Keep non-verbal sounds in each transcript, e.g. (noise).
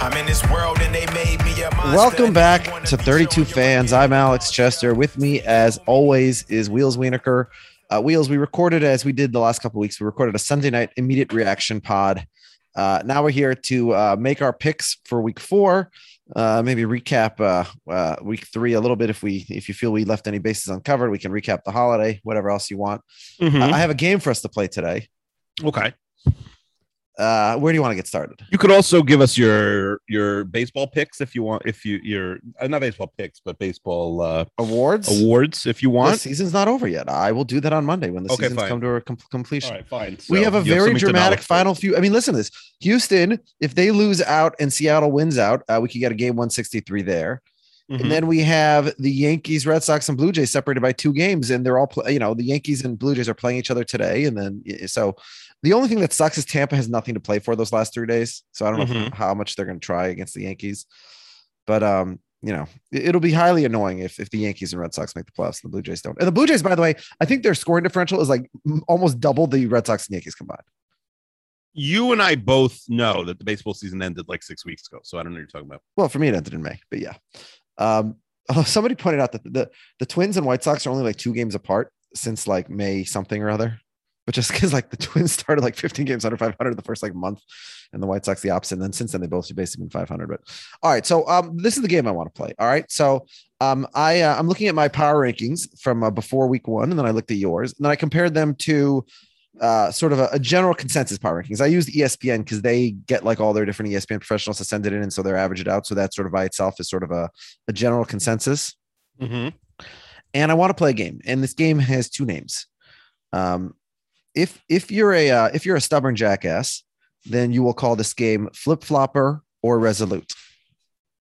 I'm in this world and they made me a monster. Welcome back to 32 Fans. I'm Alex Chester. With me, as always, is Wheels Wienerker. Uh, Wheels, we recorded as we did the last couple of weeks. We recorded a Sunday night immediate reaction pod. Uh, now we're here to uh, make our picks for week four. Uh, maybe recap uh, uh, week three a little bit if we if you feel we left any bases uncovered. We can recap the holiday, whatever else you want. Uh, I have a game for us to play today. Okay. Uh, where do you want to get started? You could also give us your your baseball picks if you want. If you your uh, not baseball picks, but baseball uh, Awards. awards if you The want. season's not over yet. I will do that on Monday when the Okay, seasons fine. come to a com- completion. All right, fine. we So have a you very something to dramatic balance. final few. I mean, listen to this. Houston, if they lose out and Seattle wins out, uh, we could get a game 163 there. Mhm. And then we have the Yankees, Red Sox, and Blue Jays separated by two games, and they're all pl- you know the Yankees and Blue Jays are playing each other today, and then y- so the only thing that sucks is Tampa has nothing to play for those last three days, so I don't know if- Mhm. how much they're going to try against the Yankees, but um you know it- it'll be highly annoying if if the Yankees and Red Sox make the playoffs and the Blue Jays don't. And the Blue Jays, by the way, I think their scoring differential is like m- almost double the Red Sox and Yankees combined. You and I both know that the baseball season ended like six weeks ago, so I don't know what you're talking about. Well, for me, it ended in May, but yeah. Um, (laughs) although somebody pointed out that the, the Twins and White Sox are only like two games apart since like May something or other, but (laughs) just because like the Twins started like 15 games under 500 the first like month, and the White Sox the opposite. And then since then they both have basically been 500. But all right, so um, this is the game I want to play. All right, so um, I uh, I'm looking at my power rankings from uh, before week one, and then I looked at yours, and then I compared them to uh, sort of a, a general consensus power rankings. I E used ESPN because they get like all their different E ESPN professionals to send it in, and so they're average it out. So that sort of by itself is sort of a, a general consensus. Mm-hmm. And I want to play a game, and this game has two names. Um, if if you're a uh, if you're a stubborn jackass, then you will call this game flip flopper or resolute.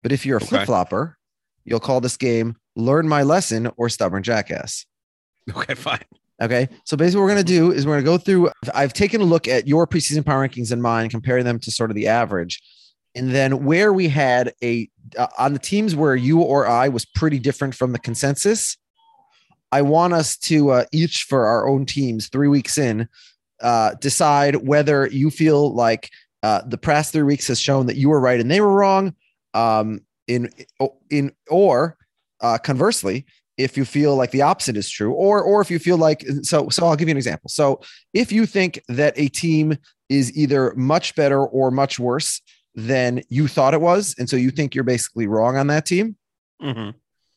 But if you're a Okay. flip flopper, you'll call this game learn my lesson or stubborn jackass. Okay, fine. Okay. So basically, what we're going to do is we're going to go through. I've taken a look at your preseason power rankings and mine, comparing them to sort of the average. And then where we had a uh, on the teams where you or I was pretty different from the consensus, I want us to uh, each for our own teams three weeks in uh, decide whether you feel like uh, the past three weeks has shown that you were right and they were wrong. Um, in in or uh, conversely, if you feel like the opposite is true or or if you feel like so so i'll give you an example so if you think that a team is either much better or much worse than you thought it was and so you think you're basically wrong on that team Mm-hmm.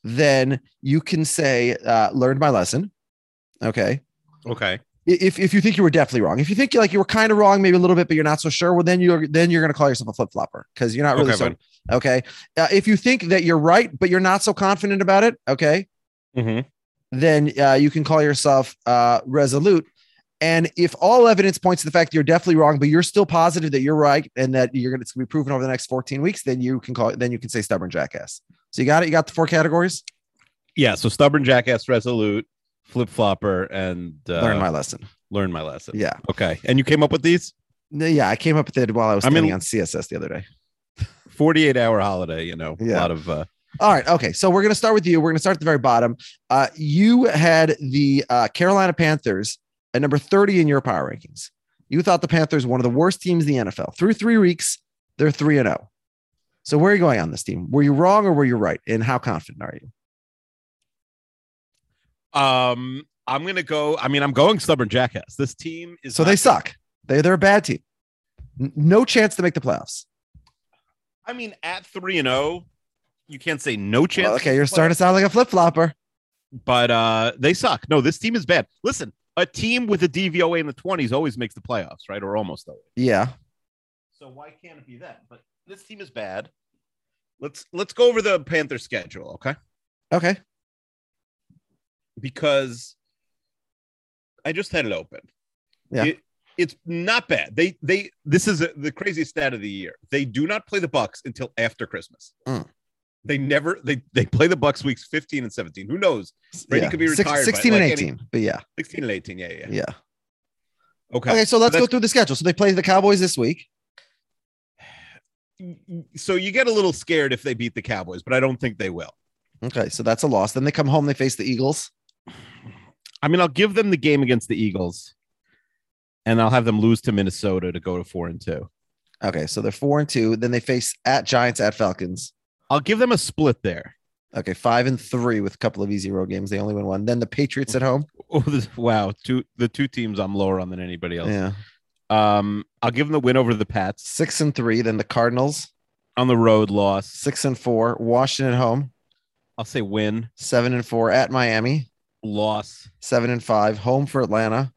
then you can say uh, learned my lesson okay Okay. I- if, if you think you were definitely wrong if you think like you were kind of wrong maybe a little bit but you're not so sure well then you're then you're going to call yourself a flip-flopper because you're not really okay, so fine. okay uh, if you think that you're right but you're not so confident about it okay Mm-hmm. then uh, you can call yourself uh, resolute. And if all evidence points to the fact that you're definitely wrong, but you're still positive that you're right and that you're going to be proven over the next 14 weeks, then you can call then you can say stubborn jackass. So you got it. You got the four categories. Yeah. So stubborn jackass, resolute, flip flopper, and uh, Learn my lesson. learn my lesson. Yeah, Okay. And you came up with these No, yeah. I came up with it while I was I'm in- standing on CSS the other day. 48 hour holiday. You know, Yeah. a lot of. Uh, All right. Okay. So we're going to start with you. We're going to start at the very bottom. Uh, you had the uh, Carolina Panthers at number 30 in your power rankings. You thought the Panthers were one of the worst teams in the NFL. Through three weeks, oh. they're 3 and 0. So where are you going on this team? Were you wrong or were you right? And how confident are you? Um, I'm gonna go. I mean, I'm going stubborn jackass. This team is So not- they suck. They they're a bad team. N- No chance to make the playoffs. I mean, at three and zero, you can't say no chance. Well, okay, you're starting to sound like a flip flopper. but uh, they suck. No, this team is bad. Listen, a team with a DVOA in the 20s always makes the playoffs, right? Or almost always. Yeah. So why can't it be that? But this team is bad. Let's let's go over the Panther schedule, okay? Okay. Because I just had it open. Yeah. It- it's not bad. They they this is the craziest stat of the year. They do not play the Bucks until after Christmas. Mm. They never they they play the Bucks weeks 15 and 17. Who knows? Brady yeah. could be Six- retired by, 16 and like, any- 18. But yeah. 16 and 18. Yeah, yeah. yeah. Yeah. Okay. Okay, so let's that's- go through the schedule. So they play the Cowboys this week. so you get a little scared if they beat the Cowboys, but I don't think they will. Okay, so that's a loss. Then they come home, they face the Eagles. I mean, I'll give them the game against the Eagles, and I'll have them lose to Minnesota to go to four and two. Okay, so they're four and two. Then they face at Giants at Falcons. I'll give them a split there. (laughs) Okay, five and three with a couple of easy road games. They only win one. Then the Patriots at home. Oh, this, wow, two the two teams I'm lower on than anybody else. Yeah. Um, I'll give them the win over the Pats Six and three. Then the Cardinals, on the road loss. six and four. Washington at home, I'll say win seven and four at Miami, loss seven and five. Home for Atlanta,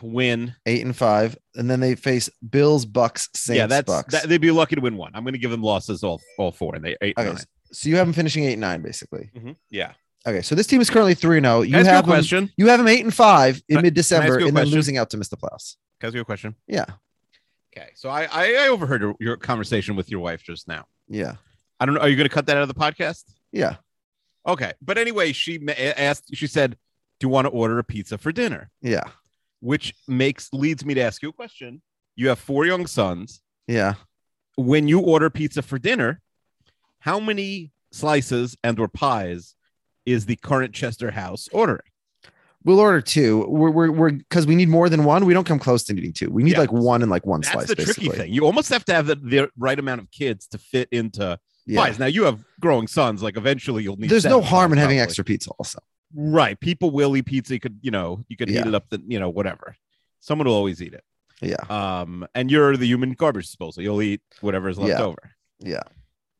win. eight and five. And then they face Bills, Bucks, Saints, yeah, that's Bucks. that, they'd be lucky to win one. I'm going to give them losses all all four, and they eight okay. nine. So you have them finishing eight and nine, basically. Mhm, Yeah, Okay, so this team is currently three and zero. You Can I ask you have a them, question. you have them eight and five Can I- in mid December, can I ask you a and then question? losing out to miss the playoffs. Can I ask you a question? Yeah, Okay, so I I, I overheard your, your conversation with your wife just now. yeah, I don't know. Are you going to cut that out of the podcast? yeah, Okay, but anyway, she ma- asked. She said, "Do you want to order a pizza for dinner?" yeah, Which makes leads me to ask you a question. You have four young sons. yeah. When you order pizza for dinner, how many slices and or pies is the current Chester house ordering? We'll order two. We're we're we're because we need more than one. We don't come close to needing two. We need Yeah. like one and like one That's slice. the basically. tricky thing. You almost have to have the, the right amount of kids to fit into Yeah. pies. Now you have growing sons. Like eventually you'll need. There's no seven harm in pies, having probably. extra pizza. Also, Right. People will eat pizza. You could, you know, you could heat Yeah. it up, the, you know, whatever. Someone will always eat it. Yeah. Um, and you're the human garbage disposal. You'll eat whatever is left Yeah. over. yeah,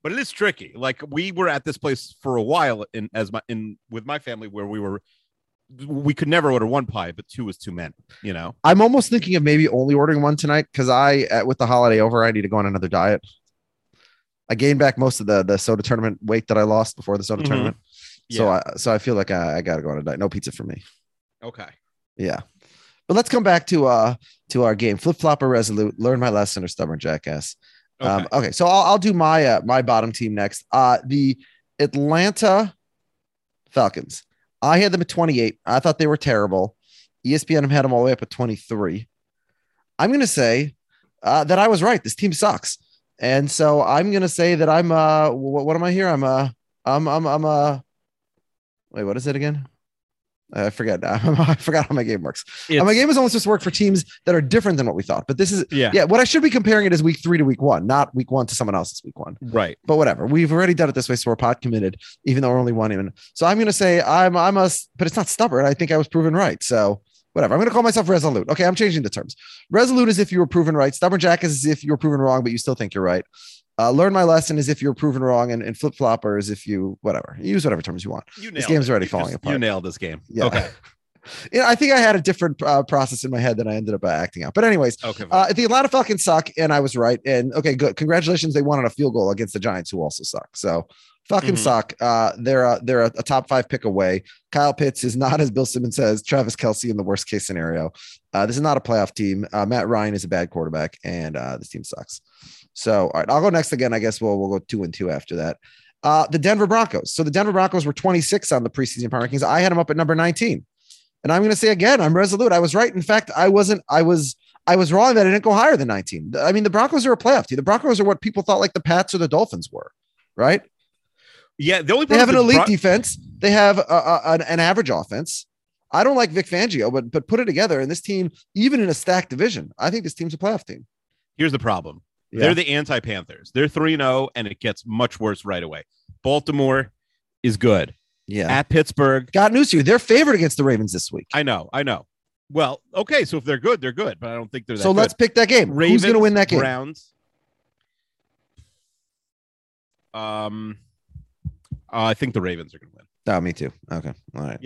But it is tricky. Like we were at this place for a while in as my in with my family where we were we could never order one pie, but two was too many, you know. I'm almost thinking of maybe only ordering one tonight because I at, with the holiday over, I need to go on another diet. I gained back most of the the soda tournament weight that I lost before the soda Mhm. tournament. So I so I feel like I, I got to go on a diet. No pizza for me. Okay. Yeah. But let's come back to uh to our game. Flip flop or resolute. Learn my lesson or stubborn jackass. Okay. Um, okay. So I'll, I'll do my uh, my bottom team next. Uh, the Atlanta Falcons. I had them at 28. I thought they were terrible. ESPN had them all the way up at 23. I'm gonna say uh, that I was right. This team sucks, and so I'm gonna say that I'm uh what, what am I here? I'm uh I'm I'm I'm uh wait what is it again? I forgot. now. (laughs) I forgot how my game works. Uh, my It's- game is only supposed to work for teams that are different than what we thought. But this is yeah. yeah, what I should be comparing it is week three to week one, not week one to someone else's week one. Right. But whatever, we've already done it this way, so we're pot committed, even though we're only one in. So I'm gonna say I'm I'm a, s- but it's not stubborn. I think I was proven right. So whatever, I'm gonna call myself resolute. Okay, I'm changing the terms. Resolute is if you were proven right. Stubborn Jack is if you were proven wrong, but you still think you're right. Uh, learn my lesson is if you were proven wrong, and, and flip flopper is if you whatever. Use whatever terms you want. You nailed This game's it. already You falling just- You apart. nailed this game. Yeah. Okay. (laughs) You know, I think I had a different uh, process in my head than I ended up uh, acting out. But anyways. Okay. Uh, the Atlanta Falcons suck, and I was right. And okay, good. Congratulations, they won on a field goal against the Giants, who also suck. So fucking Mhm. suck. Uh, they're a, they're a, a top five pick away. Kyle Pitts is not, (laughs) as Bill Simmons says, Travis Kelsey in the worst case scenario. Uh, this is not a playoff team. Uh, Matt Ryan is a bad quarterback, and uh, this team sucks. So all right, I'll go next again. I guess we'll we'll go two and two after that. Uh, the Denver Broncos. So the Denver Broncos were 26 on the preseason power rankings. I had them up at number 19. And I'm going to say again, I'm resolute. I was right. In fact, I wasn't. I was. I was wrong that I didn't go higher than 19. The- I mean, the Broncos are a playoff team. The Broncos are what people thought like the Pats or the Dolphins were, right? yeah. The only They have an problem elite is Bron- defense. They have a, a- an, an average offense. I don't like Vic Fangio, but but put it together, and this team, even in a stacked division, I think this team's a playoff team. Here's the problem. Yeah. They're the anti oh, Panthers. They're 3 0, and it gets much worse right away. Baltimore is good. Yeah. at Pittsburgh. Got news to you. They're favored against the Ravens this week. I know, I know. Well, okay, so if they're good, they're good, but I don't think they're that So good. let's pick that game. Who's going to win that game? Browns. Um, uh, I think the Ravens are going to win. Oh, me too. Okay. All right.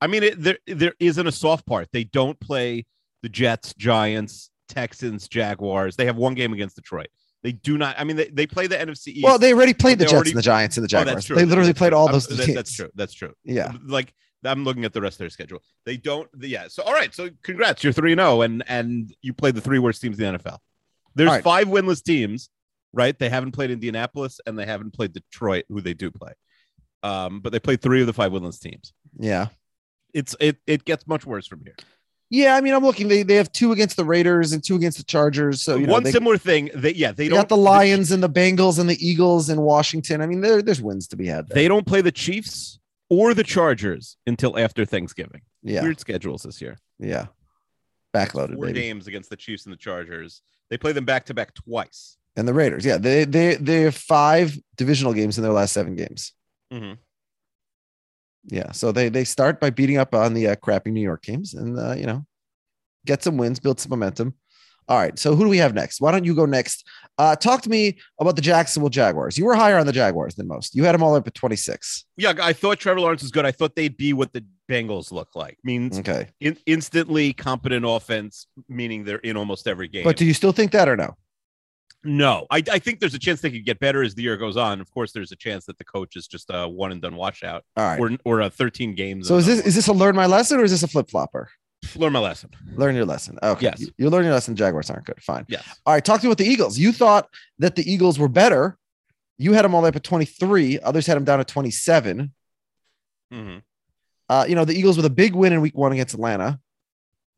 I mean, it, there there isn't a soft part. They don't play the Jets, Giants, Texans, Jaguars. They have one game against Detroit. They do not. I mean, they, they play the NFC East. Well, they already played They the Jets already- and the Giants and the Oh, Jaguars. that's true. They literally That's played true. all I'm- those that- (laughs) teams. That's true. That's true. Yeah. Like I'm looking at the rest of their schedule. They don't. Yeah. So all right. So congrats. You're three and zero, and and you played the three worst teams in the NFL. There's All right. five winless teams, right? They haven't played Indianapolis and they haven't played Detroit, who they do play. Um, but they played three of the five winless teams. Yeah. It's it it gets much worse from here. Yeah. I mean, I'm looking. They, they have two against the Raiders and two against the Chargers. So, you know, One they, similar thing. They yeah they they don't got the Lions and the Bengals and the Eagles in Washington. I mean, there, there's wins to be had. There. They don't play the Chiefs or the Chargers until after Thanksgiving. yeah. Weird schedules this year. Yeah. Backloaded, four baby. games against the Chiefs and the Chargers. They play them back to back twice. And the Raiders. Yeah. They, they, they have five divisional games in their last seven games. Mhm. Yeah. So they, they start by beating up on the uh, crappy New York teams and, uh, you know, get some wins, build some momentum. All right. So who do we have next? Why don't you go next? Uh, talk to me about the Jacksonville Jaguars. You were higher on the Jaguars than most. You had them all up at 26. Yeah, I thought Trevor Lawrence was good. I thought they'd be what the Bengals look like. Means Okay. in, instantly competent offense, meaning they're in almost every game. But do you still think that or no? no, I, I think there's a chance they could get better as the year goes on. Of course, there's a chance that the coach is just a one and done washout All right. or or a 13 games. So is this is this a learn my lesson or is this a flip flopper? learn my lesson? Learn your lesson. Okay. Yes. You, you learn your lesson. Jaguars aren't good. Fine. Yes. All right. Talk to me about the Eagles. You thought that the Eagles were better. You had them all up at 23. Others had them down at 27. Mhm. Uh, you know, the Eagles with a big win in week one against Atlanta.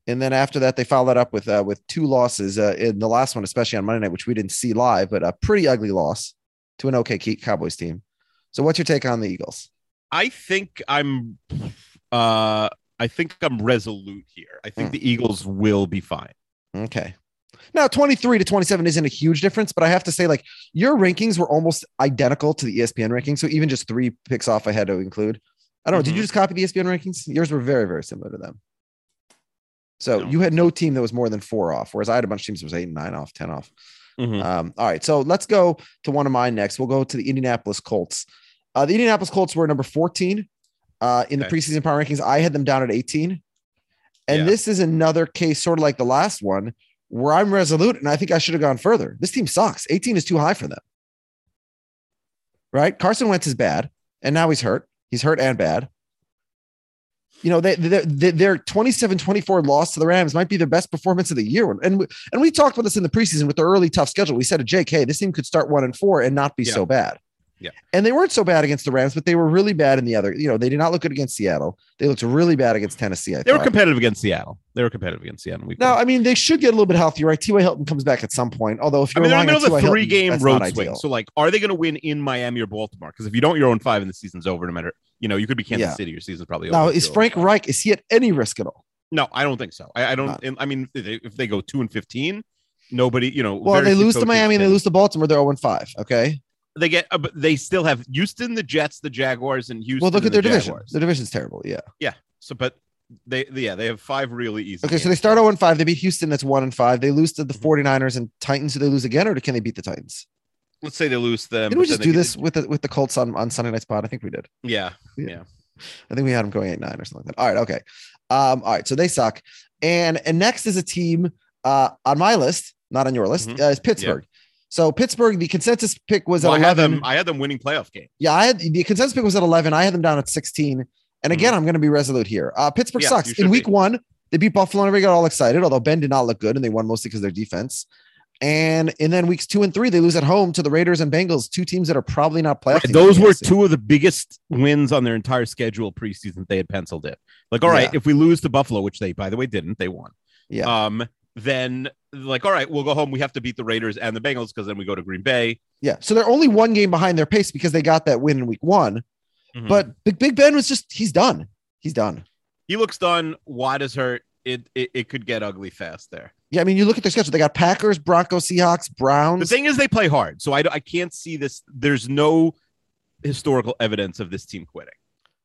And then after that, they followed that up with uh, with two losses uh, in the last one, especially on Monday night, which we didn't see live, but a pretty ugly loss to an okay Ke- Cowboys team. So what's your take on the Eagles? I think I'm uh I think I'm resolute here. I think Hmm. the Eagles will be fine. Okay. Now, 23 to 27 isn't a huge difference, but I have to say, like, your rankings were almost identical to the E ESPN rankings. So even just three picks off, I had to include. I don't know. Did you Mhm. just copy the E ESPN rankings? Yours were very, very similar to them. So No. you had no team that was more than four off, whereas I had a bunch of teams that was eight and nine off, 10 off. Mhm. Um, all right. So let's go to one of mine next. We'll go to the Indianapolis Colts. Uh, the Indianapolis Colts were number 14 uh, in Okay. the preseason power rankings. I had them down at 18. And Yeah. this is another case, sort of like the last one, where I'm resolute and I think I should have gone further. This team sucks. 18 is too high for them. Right? Carson Wentz is bad. And now he's hurt. He's hurt and bad. You know, they, they, they, their 27 24 loss to the Rams might be their best performance of the year. And we, and we talked about this in the preseason with the early tough schedule. We said to Jake, hey, this team could start one and four and not be Yeah. so bad. Yeah. And they weren't so bad against the Rams, but they were really bad in the other. You know, they did not look good against Seattle. They looked really bad against Tennessee. I They were thought. competitive against Seattle. They were competitive against Seattle. Week Now, one. I mean, they should get a little bit healthier, right? T.Y. Hilton comes back at some point. Although, if I you're mean, they're in relying the on middle of T.Y. a three Hilton, game that's road not swing. ideal. So, like, are they going to win in Miami or Baltimore? Because if you don't, you're on five and the season's over no matter, you know, you could be Kansas Yeah. City. Your season's probably now, over. if is you're Frank 0-5. Reich is he at any risk at all? No, I don't think so. I, I don't. I mean, if they- if they go two and 15, nobody, you know, Well, very they few lose to coaches Miami and they can- lose to Baltimore. They're 0 5. Okay. They get, uh, but they still have Houston, the Jets, the Jaguars, and Houston. Well, look and at their the division. Jaguars. Their division's terrible. Yeah. So, but they, yeah, they have five really easy. Okay. So they games. start 0 5. They beat Houston. That's 1 and 5. They lose to Mm-hmm. the 49ers and Titans. Do they lose again or can they beat the Titans? Let's say they lose them. Didn't we but then just they do get- this with the, with the Colts on, on Sunday Night Spot? I think we did. Yeah. I think we had them going eight nine or something like that. All right, okay. Um, all right, so they suck. And and next is a team uh, on my list, not on your list, Mhm. uh, is Pittsburgh. So Pittsburgh, the consensus pick was Well, I at had eleven. them. uh, I had them winning playoff game. yeah, I had the consensus pick was at eleven. I had them down at sixteen. And again, I'm going to be resolute here. Uh, Pittsburgh Mm-hmm. Yeah, sucks. you In should week be. one, they beat Buffalo and everybody got all excited. Although Ben did not look good, and they won mostly because of their defense. And and then weeks two and three, they lose at home to the Raiders and Bengals, two teams that are probably not playoff. Right, teams in those the were AFC. two of the biggest wins on their entire schedule preseason they had penciled in. Like, all right, Yeah. if we lose to Buffalo, which they by the way didn't, they won. Yeah. Um, then like, all right, we'll go home. We have to beat the Raiders and the Bengals because then we go to Green Bay. Yeah. So they're only one game behind their pace because they got that win in week one. Mhm. But Big, Big Ben was just, he's done. He's done. he looks done. Watt is hurt. It it, it could get ugly fast there. Yeah. I mean, you look at their schedule, they got Packers, Broncos, Seahawks, The Browns. thing is, they play hard, so I d- I can't see this. There's no historical evidence of this team quitting.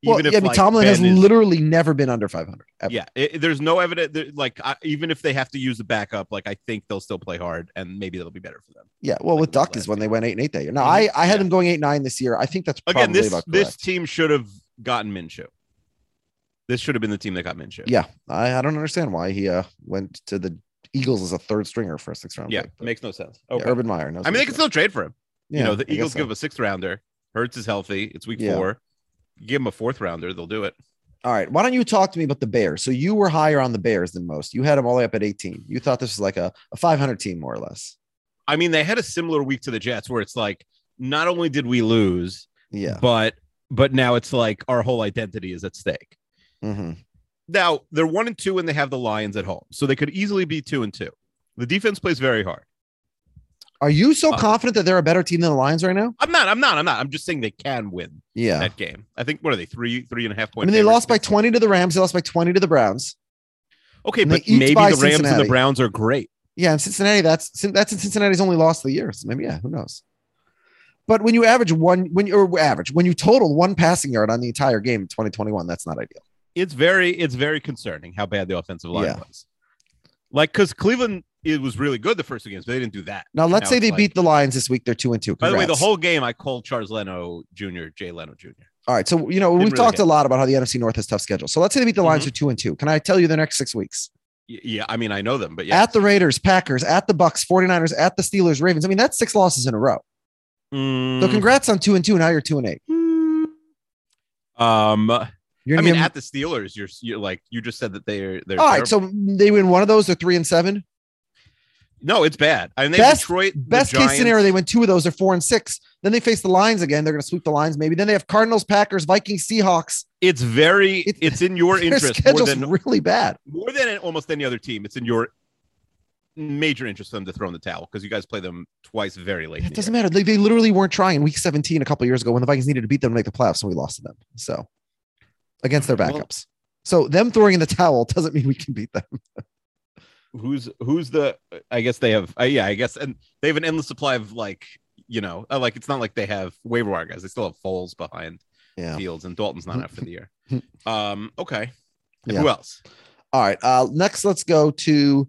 Well, even if yeah, I mean, like, Tomlin Ben has is- literally never been under 500. ever. yeah, it, there's no evidence. There, like I, even if they have to use the backup, like I think they'll still play hard, and maybe that'll be better for them. Yeah, well, Like with it was Duck is last when they year. went eight and eight that year. No, Mhm. I, I had Yeah. them going eight and nine this year. I think that's probably Again, this about this correct. team should have gotten Minshew. This should have been the team that got Minshew. Yeah, I, I don't understand why he uh, went to the Eagles as a third stringer for a six round. yeah, pick, but- makes no sense. yeah, Okay. Urban Meyer. knows I mean, what they he's can doing. still trade for him. Yeah, you know, I the guess Eagles so. give him a sixth rounder. Hertz is healthy. It's week Yeah. four. Give him a fourth rounder. They'll do it. All right, why don't you talk to me about the Bears? So you were higher on the Bears than most. You had them all the way up at eighteen. You thought this was like a, a five hundred team more or less. I mean, they had a similar week to the Jets where it's like, not only did we lose, Yeah. but but now it's like our whole identity is at stake. hmm Now they're one and two, and they have the Lions at home, so they could easily be two and two. The defense plays very hard. Are you so Uh, confident that they're a better team than the Lions right now? I'm not. I'm not. I'm not. I'm just saying they can win Yeah. that game. I think what are they three three and a half I point? mean, they favorites? lost by twenty to the Rams. They lost by twenty to the Browns. Okay, and they but eked maybe the by Rams and Cincinnati. the Browns are great. Yeah, and Cincinnati, that's Cin- that's in Cincinnati's only loss of the year. So maybe, yeah, who knows? But when you average one, when you're average, when you total one passing yard on the entire game in 2021, that's not ideal. It's very it's very concerning how bad the offensive line Yeah. was. Like because Cleveland it was really good the first two games, but they didn't do that. Now, let's Now say it's they like- beat the Lions this week. They're two and two. By the way, the Congrats. whole game I called Charles Leno Jr. Jay Leno Jr. All right. So, you know, Didn't we've really talked hit. Mm-hmm. a lot about how the NFC North has tough schedule. So let's say they beat the Lions are two and two. Can I tell you the next six weeks? Y- Yeah, I mean I know them, but yeah, At the Raiders, Packers, at the Bucks, 49ers, at the Steelers, Ravens. I mean, that's six losses in a row. Mm, So congrats on two and two. Now you're two and eight. um, I You're gonna mean be- at the Steelers, you're you're like you just said that they're they're all right. terrible. So they win one of those. They're three and seven. no, it's bad. I mean, they Best- have Detroit, the Best case Giants. scenario, they win two of those. They're four and six. Then they face the Lions again. They're going to sweep the Lions, maybe. Then they have Cardinals, Packers, Vikings, Seahawks. It's very It's- it's in your (laughs) Their interest more schedule's than really bad. more than almost any other team, it's in your major interest for them to throw in the towel because you guys play them twice very late. in It the doesn't year. matter. They, they literally weren't trying. Week 17 a couple years ago when the Vikings needed to beat them to make the playoffs, and we lost to them. So against their Well- backups. so them throwing in the towel (laughs) doesn't mean we can beat them. Who's who's the? I guess they have. Uh, yeah, I guess, and they have an endless supply of like you know, uh, like it's not like they have waiver wire guys. They still have Foles behind Yeah. Fields, and Dalton's not out for the (laughs) year. Um. Okay. And Yeah. Who else? All right. Uh, next, let's go to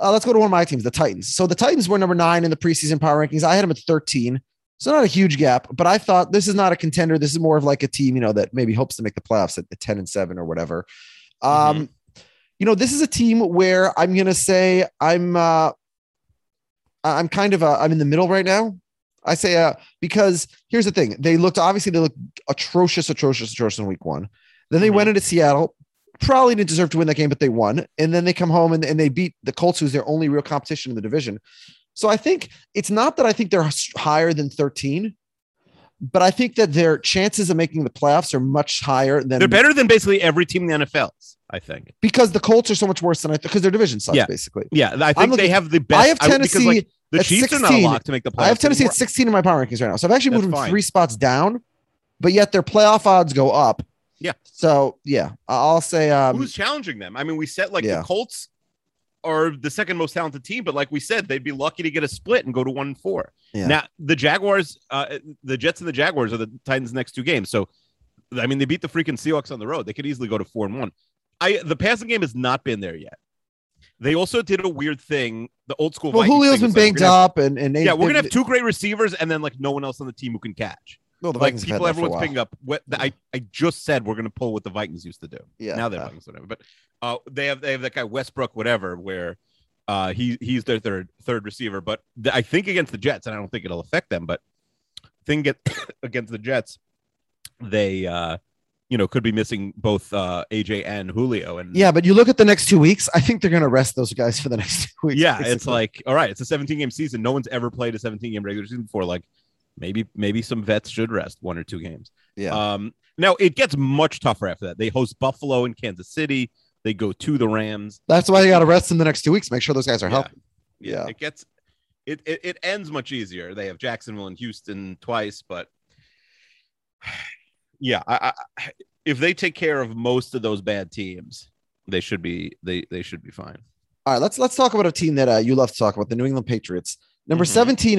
uh, let's go to one of my teams, the Titans. So the Titans were number nine in the preseason power rankings. I had them at thirteen, so not a huge gap. But I thought this is not a contender. This is more of like a team, you know, that maybe hopes to make the playoffs at, at ten and seven or whatever. Um, You know, this is a team where I'm gonna say I'm uh, I- I'm kind of uh, I'm in the middle right now. I say uh, because here's the thing: they looked obviously they looked atrocious, atrocious, atrocious in week one. Then they Mhm. went into Seattle, probably didn't deserve to win that game, but they won. And then they come home and, and they beat the Colts, who's their only real competition in the division. So I think it's not that I think they're s- higher than 13, but I think that their chances of making the playoffs are much higher than They're better than basically every team in the NFL's. I think. because the Colts are so much worse than I think because their division sucks, Yeah. basically. Yeah, I think they looking- have the best. I have would- Tennessee. because like the at Chiefs are not 16. locked to make the playoffs. I have Tennessee at anymore. 16 in my power rankings right now. So I've actually That's moved them fine. three spots down, but yet their playoff odds go up. Yeah. So yeah, I- I'll say um, who's challenging them? I mean, we said like Yeah. the Colts are the second most talented team, but like we said, they'd be lucky to get a split and go to one and four. Yeah. Now the Jaguars, uh, the Jets and the Jaguars are the Titans' next two games. So, I mean, they beat the freaking Seahawks on the road. They could easily go to four and one. I the passing game has not been there yet. They also did a weird thing. The old school. well, Vikings thing Julio's been was, like, banged we're gonna have- up and and yeah, we're gonna have two great receivers and then like no one else on the team who can catch. No, the like Vikings have had people, that for a everyone's while. picking up. What the, I I just said we're gonna pull what the Vikings used to do Yeah. now they're uh, Vikings, whatever. But uh, they have they have that guy Westbrook, whatever, where uh, he he's their third third receiver. But th- I think against the Jets, and I don't think it'll affect them. But thing get (coughs) against the Jets, they uh, you know could be missing both uh, AJ and Julio. And Yeah, but you look at the next two weeks. I think they're going to rest those guys for the (laughs) next two weeks. yeah, it's basically. like all right, it's a 17 game season. No one's ever played a 17 game regular season before. Like maybe maybe some vets should rest one or two games. yeah, Um, now it gets much tougher after that. They host Buffalo and Kansas City. They go to the Rams. that's why they got to rest in the next two weeks. Make sure those guys are Yeah. healthy. yeah, Yeah. it gets it, it it ends much easier they have jacksonville and houston twice but (sighs) yeah I, I if they take care of most of those bad teams they should be they they should be fine All right, let's let's talk about a team that uh, you love to talk about, the New England Patriots, number Mhm.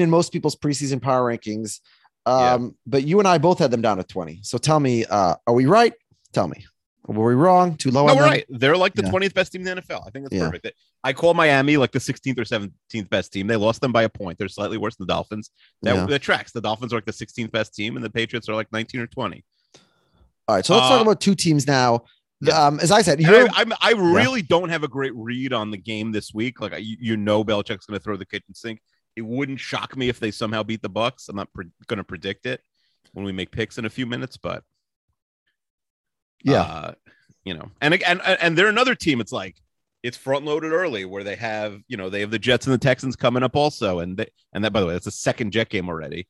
17 in most people's preseason power rankings. Um, but you and I both had them down at 20. So tell me, uh, are we right? Tell me. Were we wrong? Too low No, on we're them? right. They're like the Yeah. 20th best team in the NFL. I think that's Yeah. perfect. I call Miami like the 16th or 17th best team. They lost them by a point. They're slightly worse than the Dolphins. That, Yeah. that tracks. The Dolphins are like the 16th best team, and the Patriots are like 19 or 20. All right. So let's Uh, talk about two teams now. The- Um, as I said, And here, I, I'm, I really don't have a great read on the game this week. Like I- you, you know, Belichick's going to throw the kitchen sink. It wouldn't shock me if they somehow beat the Bucks. I'm not pre- going to predict it when we make picks in a few minutes, but yeah, uh, you know, and and and they're another team. It's like it's front loaded early, where they have you know they have the Jets and the Texans coming up also, and they, and that by the way, that's the second Jet game already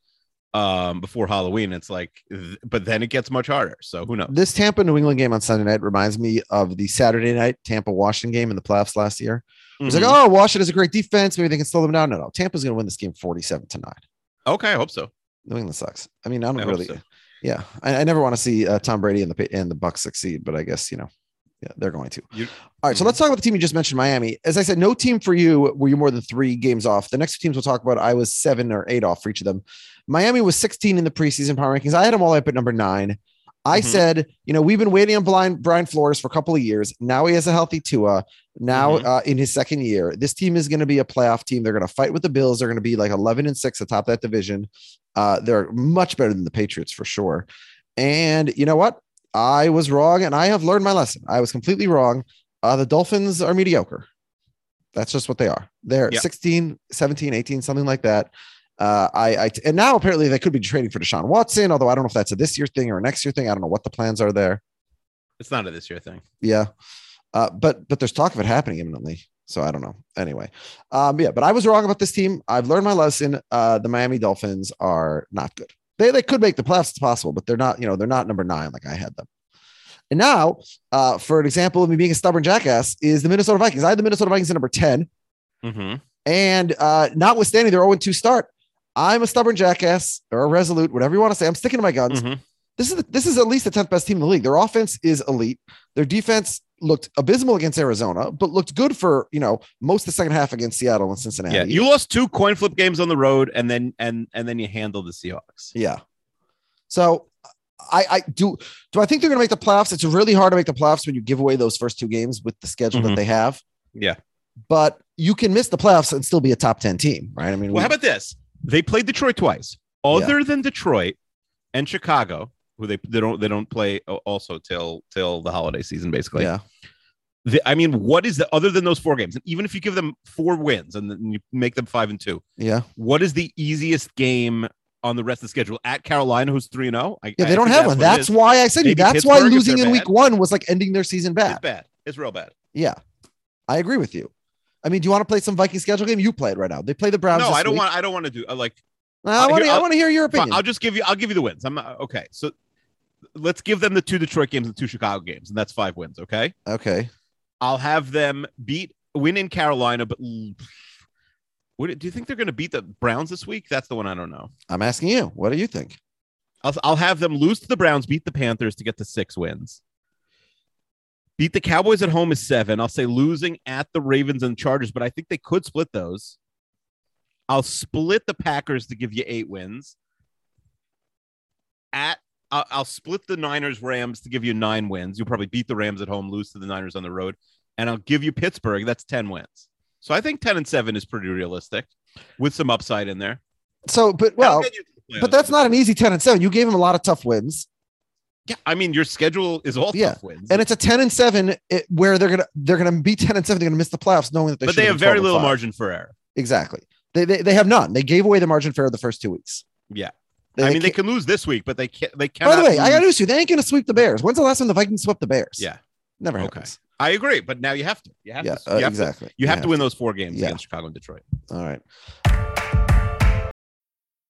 um before Halloween. It's like, th- but then it gets much harder. So who knows? this Tampa New England game on Sunday night reminds me of the Saturday night Tampa Washington game in the playoffs last year. It's Mhm. like, oh, Washington has a great defense. Maybe they can slow them down. No, no. Tampa's going to win this game 47 to 9. Mm-hmm. okay, I hope so. New England sucks. I mean, I don't I hope really. so. Yeah. I, I never want to see uh, Tom Brady and the Pa- and the Bucks succeed, but I guess, you know, yeah, they're going to. You- All right. So Mhm. let's talk about the team you just mentioned, Miami. As I said, no team for you were you more than three games off. The next two teams we'll talk about, I was seven or eight off for each of them. Miami was 16 in the preseason power rankings. I had them all up at number nine. I Mhm. said, you know, we've been waiting on blind Brian Flores for a couple of years. Now he has a healthy Tua. Now Mhm. uh, in his second year, this team is going to be a playoff team. They're going to fight with the Bills. They're going to be like 11 and six atop that division. Uh, they're much better than the Patriots for sure. And you know what? I was wrong, and I have learned my lesson. I was completely wrong. Uh, the Dolphins are mediocre. That's just what they are. They're Yeah. 16, 17, 18, something like that. Uh, I, I and now apparently they could be trading for Deshaun Watson, although I don't know if that's a this year thing or a next year thing. I don't know what the plans are there. It's not a this year thing. Yeah. Uh, but but there's talk of it happening imminently. So I don't know. Anyway, um, yeah, but I was wrong about this team. I've learned my lesson. Uh, the Miami Dolphins are not good. They they could make the playoffs it's possible, but they're not, you know, they're not number nine like I had them. And now, uh, for an example of me being a stubborn jackass, is the Minnesota Vikings. I had the Minnesota Vikings at number 10. Mm-hmm. And uh, notwithstanding their 0 2 start, I'm a stubborn jackass or a resolute, whatever you want to say. I'm sticking to my guns Mm-hmm. this is this is at least the tenth best team in the league. Their offense is elite. Their defense looked abysmal against Arizona, but looked good for you know most of the second half against Seattle and Cincinnati. Yeah, you lost two coin flip games on the road, and then and and then you handled the Seahawks. Yeah. So I, I do do I think they're gonna make the playoffs? It's really hard to make the playoffs when you give away those first two games with the schedule that Mhm. they have. Yeah. But you can miss the playoffs and still be a top 10 team, right? I mean, Well, how about this? They played Detroit twice. Other than Detroit and Chicago, who they they don't they don't play a- also till till the holiday season basically. yeah, The- I mean, what is the other than those four games? And even if you give them four wins and then you make them five and two, yeah, what is the easiest game on the rest of the schedule at Carolina, who's three and oh? zero? yeah. They don't have one. That's why I said to you, Maybe that's why Pittsburgh if losing they're in bad. week one was like ending their season bad. It's bad. It's real bad. Yeah, I agree with you. I mean, do you want to play some Viking schedule game? You play it right now. They play the Browns. No, this I don't week. want. I don't want to do. I like. No, I uh, want. here, I I'll- want to hear your opinion. Fine, I'll just give you. I'll give you the wins. I'm not, okay. So let's give them the two Detroit games and two Chicago games, and that's five wins. Okay. okay. I'll have them beat win in Carolina, but l- what, do you think they're going to beat the Browns this week? That's the one I don't know. I'm asking you. What do you think? I'll, I'll have them lose to the Browns, beat the Panthers to get to six wins. Beat the Cowboys at home is seven. I'll say losing at the Ravens and Chargers, but I think they could split those. I'll split the Packers to give you eight wins. At I'll, I'll split the Niners Rams to give you nine wins. You'll probably beat the Rams at home, lose to the Niners on the road, and I'll give you Pittsburgh. That's ten wins. So I think ten and seven is pretty realistic, with some upside in there. So, That'll but well, get you to the but playoffs. that's not an easy ten and seven. You gave him a lot of tough wins, Yeah, I mean your schedule is all Yeah, tough wins, and it's a ten and seven it, where they're gonna they're gonna be ten and seven. They're gonna miss the playoffs, knowing that they. but they have should've very been 12 and little five. margin for error. Exactly. They, they they have none. They gave away the margin fair the first two weeks. Yeah. I mean they can't- can lose this week, but they can't. They By cannot. the way, I lose- got news for you. They ain't gonna sweep the Bears. When's the last time the Vikings swept the Bears? Yeah. Never Okay. happens. I agree, but now you have to. You have Yeah. to. uh, you have, to, exactly. you have to win those four games Yeah. against Chicago and Detroit. All right.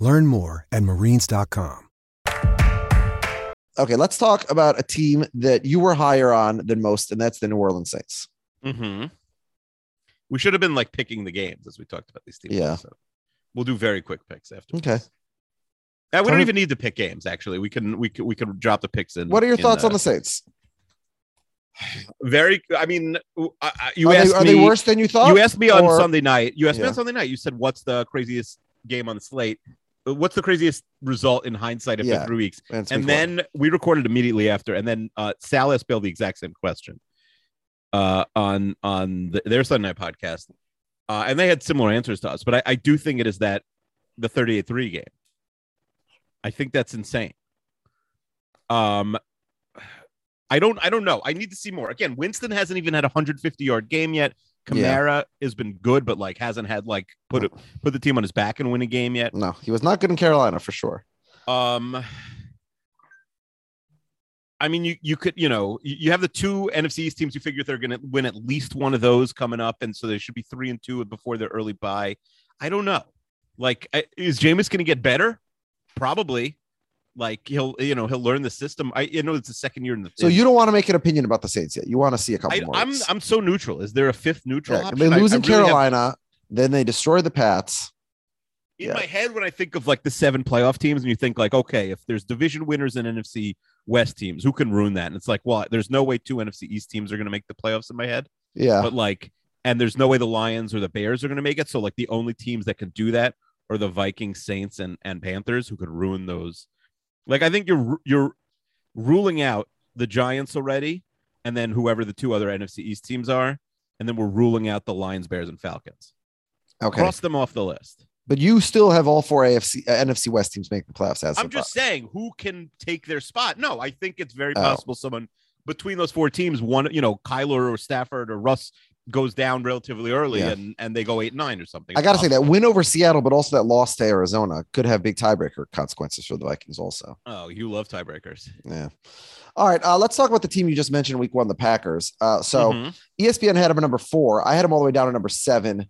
Learn more at marines.com. Okay, let's talk about a team that you were higher on than most, and that's the New Orleans Saints. Mm-hmm. We should have been like picking the games as we talked about these teams. Yeah. so we'll do very quick picks after. Okay. Uh, we Tony- don't even need to pick games. Actually, we can we can we can drop the picks in. What are your in uh, thoughts on the Saints? Very. I mean, w- I- I- you are asked they, are me. they worse than you thought? you asked me on Or- Sunday night. You asked me Yeah. on Sunday night. You said, "What's the craziest game on the slate? Uh, What's the craziest result in hindsight after Yeah. three weeks?" Man, it's and week one. then we recorded immediately after and then uh sal asked bill the exact same question uh on on the, their sunday night podcast uh and they had similar answers to us but i, I do think it is that the 38-3 game i think that's insane um i don't i don't know i need to see more again winston hasn't even had a 150 yard game yet Yeah. Kamara has been good, but like hasn't had like put a, put the team on his back and win a game yet. no, he was not good in Carolina for sure. Um, I mean, you you could you know you you have the two NFC East teams. You figure they're going to win at least one of those coming up, and so they should be three and two before their early bye. I don't know. Like, I- is Jameis going to get better? Probably. Like he'll you know he'll learn the system. I you know it's the second year in the. So you don't want to make an opinion about the Saints yet. You want to see a couple I, more. I'm weeks. I'm so neutral. Is there a fifth neutral? Yeah, option? they I- lose I in really have- Carolina, then they destroy the Pats. in Yeah. my head when I think of like the seven playoff teams, and you think like, okay, if there's division winners and NFC West teams, who can ruin that? And it's like, well, there's no way two NFC East teams are going to make the playoffs in my head, Yeah, but like, and there's no way the Lions or the Bears are going to make it. So like, the only teams that can do that are the Vikings, Saints, and and Panthers, who could ruin those. Like, I think you're ru- you're ruling out the Giants already, and then whoever the two other NFC East teams are, and then we're ruling out the Lions, Bears, and Falcons. okay. Cross them off the list. But you still have all four AFC uh, NFC West teams make the playoffs. As I'm of- just saying who can take their spot. No, I think it's very Oh. possible someone between those four teams, one, you know, Kyler or Stafford or Russ goes down relatively early Yeah. and, and they go eight nine or something. I got to say that win over Seattle, but also that loss to Arizona could have big tiebreaker consequences for the Vikings. Also, Oh, you love tiebreakers. yeah. All right, uh, let's talk about the team you just mentioned, Week One, the Packers. Uh, so Mhm. ESPN had him at number four. I had him all the way down to number seven,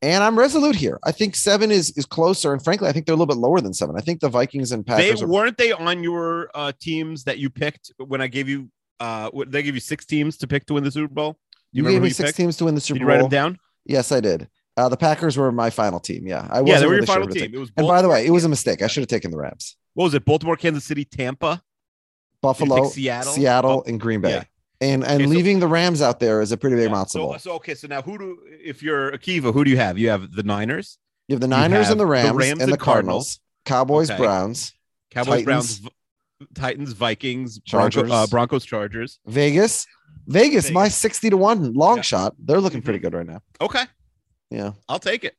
and I'm resolute here. I think seven is is closer, and frankly, I think they're a little bit lower than seven. I think the Vikings and they Packers. are- weren't they on your uh, teams that you picked when I gave you uh what- they gave you six teams to pick to win the Super Bowl. you remember gave who me you six picked? teams to win the Did Super you write Bowl. them down? Yes, I did. Uh, the Packers were my final team. Yeah, I Yeah, they wasn't were your really sure final who to team. take. It was And by the way, it was a Baltimore, mistake. I should have taken the Rams, What was it? Baltimore, Kansas City, Tampa, Did you pick Buffalo, Seattle, Seattle, Oh, and Green Bay. yeah. And and Okay, so- leaving the Rams out there is a pretty big yeah. matzo So, ball. so okay, so now who do if you're Akiva, who do you have? You have the Niners, You have the Niners have and the the Rams, Rams and the and Cardinals. Cardinals, Cowboys, Okay. Browns, Cowboys, Titans. Browns, V- Titans, Vikings, Chargers. Bronco, uh, Broncos, Chargers. Vegas. Vegas, my Vegas. 60 to 1 long Yeah. shot. They're looking Mhm. pretty good right now. Okay, Yeah. I'll take it.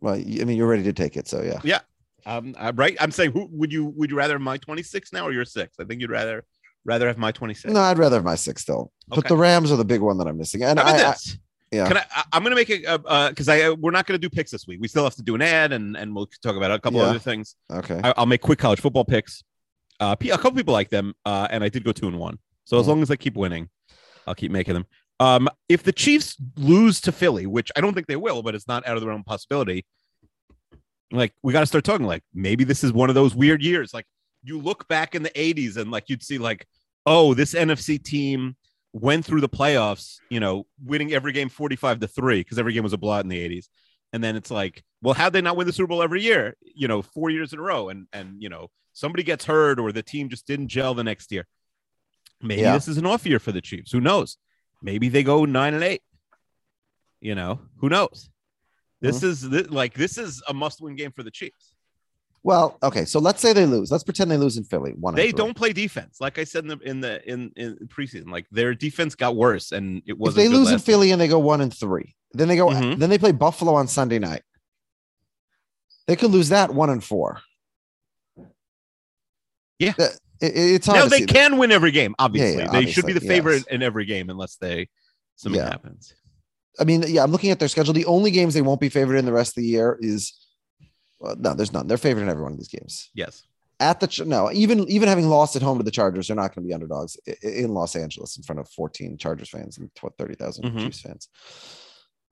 Well, you- I mean, you're ready to take it. So, yeah. Um, I'm right. I'm saying, who would you would you rather have my 26 now or your six? I think you'd rather rather have my 26. No, I'd rather have my six still. But Okay. the Rams are the big one that I'm missing. And How about I, I- this? yeah. Can I, I? I'm gonna make it because I uh, we're not gonna do picks this week. We still have to do an ad and and we'll talk about a couple Yeah. other things. okay. I, I'll make quick college football picks. Uh, pe- a couple people like them, uh, and I did go two and one. So as Mhm. long as I keep winning, I'll keep making them. Um, if the Chiefs lose to Philly, which I don't think they will, but it's not out of the realm of possibility. Like we got to start talking. Like maybe this is one of those weird years. Like you look back in the '80s and like you'd see like, oh, this NFC team went through the playoffs, you know, winning every game 45 to three because every game was a blot in the '80s. And then it's like, well, how'd they not win the Super Bowl every year? You know, four years in a row, and and you know, somebody gets hurt or the team just didn't gel the next year. Maybe Yeah. this is an off year for the Chiefs. Who knows? Maybe they go nine and eight. You know, who knows? This is thi- like this is a must-win game for the Chiefs. Well, okay. So let's say they lose. Let's pretend they lose in Philly. One. and They three. don't play defense, like I said in the in the in, in preseason. Like their defense got worse, and it If wasn't. they good lose in last year. Philly and they go one and three, then they go. Mhm. Then they play Buffalo on Sunday night. They could lose that one and four. Yeah. That- It, it's hard Now to they see that. can win every game. Obviously, they should be obviously, the favorite yes. in, in every game unless they something Yeah. happens. I mean, yeah, I'm looking at their schedule. The only games they won't be favored in the rest of the year is well, no, there's none. They're favored in every one of these games. Yes. At the Ch- no, even even having lost at home to the Chargers, they're not going to be underdogs i- i- in Los Angeles in front of 14 Chargers fans and tw- 30,000 Mhm. Chiefs fans.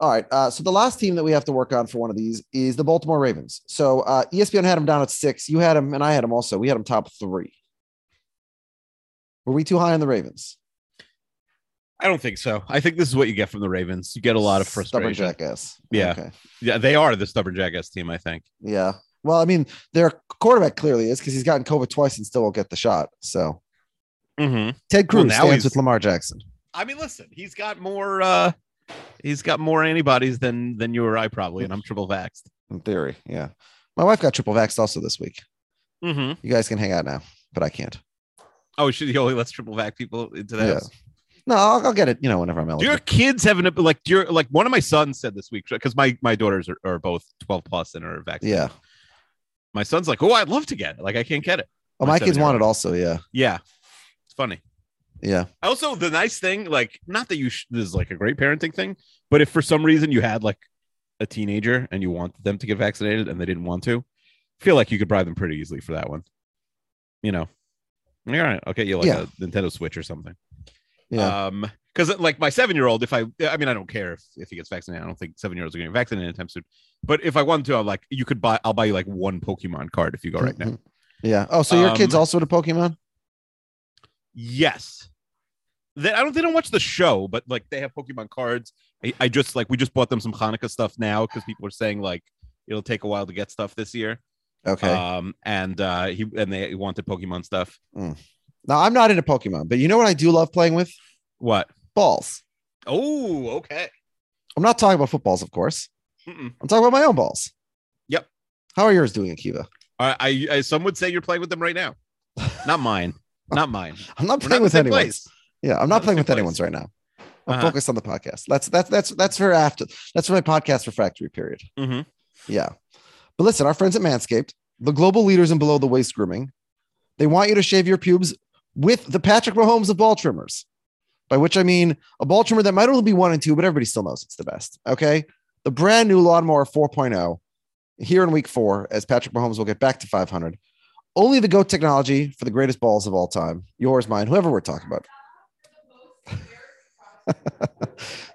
All right, uh, so the last team that we have to work on for one of these is the Baltimore Ravens. So uh, ESPN had them down at six. You had them, and I had them also. We had them top three. Were we too high on the Ravens? I don't think so. I think this is what you get from the Ravens. You get a lot of Stubborn frustration. jackass. Yeah. Okay. Yeah, they are the stubborn jackass team. I think. Yeah. Well, I mean, their quarterback clearly is because he's gotten COVID twice and still won't get the shot. So Mm-hmm. Ted Cruz Well, now stands he's- with Lamar Jackson. I mean, listen, he's got more. uh He's got more antibodies than than you or I probably, and I'm triple vaxxed. In theory, yeah. My wife got triple vaxxed also this week. Mm-hmm. You guys can hang out now, but I can't. Oh, should he only lets triple vax people into that? Yeah. No, I'll, I'll get it. You know, whenever I'm Do eligible. your kids have an like? Do your like one of my sons said this week because my my daughters are, are both 12 plus and are vaccinated. yeah. My son's like, oh, I'd love to get it. Like, I can't get it. Oh, my My kids want it also. Yeah. Yeah, it's funny. Yeah. Also, the nice thing, like, not that you sh- this is like a great parenting thing, but if for some reason you had like a teenager and you want them to get vaccinated and they didn't want to, I feel like you could bribe them pretty easily for that one. You know, all right, I'll get you like Yeah. a Nintendo Switch or something. Yeah. Um, because like my seven year old, if I, I mean, I don't care if, if he gets vaccinated. I don't think seven year olds are getting vaccinated anytime soon. But if I wanted to, I'm like, you could buy, I'll buy you like one Pokemon card if you go right now. Mhm. Yeah. Oh, so your kids Um, also to Pokemon? Yes. They, I don't. They don't watch the show, but like they have Pokemon cards. I, I just like we just bought them some Hanukkah stuff now because people are saying like it'll take a while to get stuff this year. Okay. Um, and uh, he and they wanted Pokemon stuff. now I'm not into Pokemon, but you know what I do love playing with? What? Balls. Oh, okay. I'm not talking about footballs, of course. Mm-mm. I'm talking about my own balls. Yep. How are yours doing, Akiva? (laughs) I, I, I some would say you're playing with them right now. Not mine. Not mine. I'm not We're playing not with with anyone's. place. Yeah, I'm not Not the playing same with place. anyone's right now. I'm Uh-huh. focused on the podcast. That's that's that's that's for after. That's for my podcast refractory period. Mhm. Yeah, but listen, our friends at Manscaped, the global leaders in below the waist grooming, they want you to shave your pubes with the Patrick Mahomes of ball trimmers, by which I mean a ball trimmer that might only be one and two, but everybody still knows it's the best. Okay, the brand new lawnmower 4.0 here in week four, as Patrick Mahomes will get back to 500. Only the GOAT technology for the greatest balls of all time. Yours, mine, whoever we're talking about. (laughs)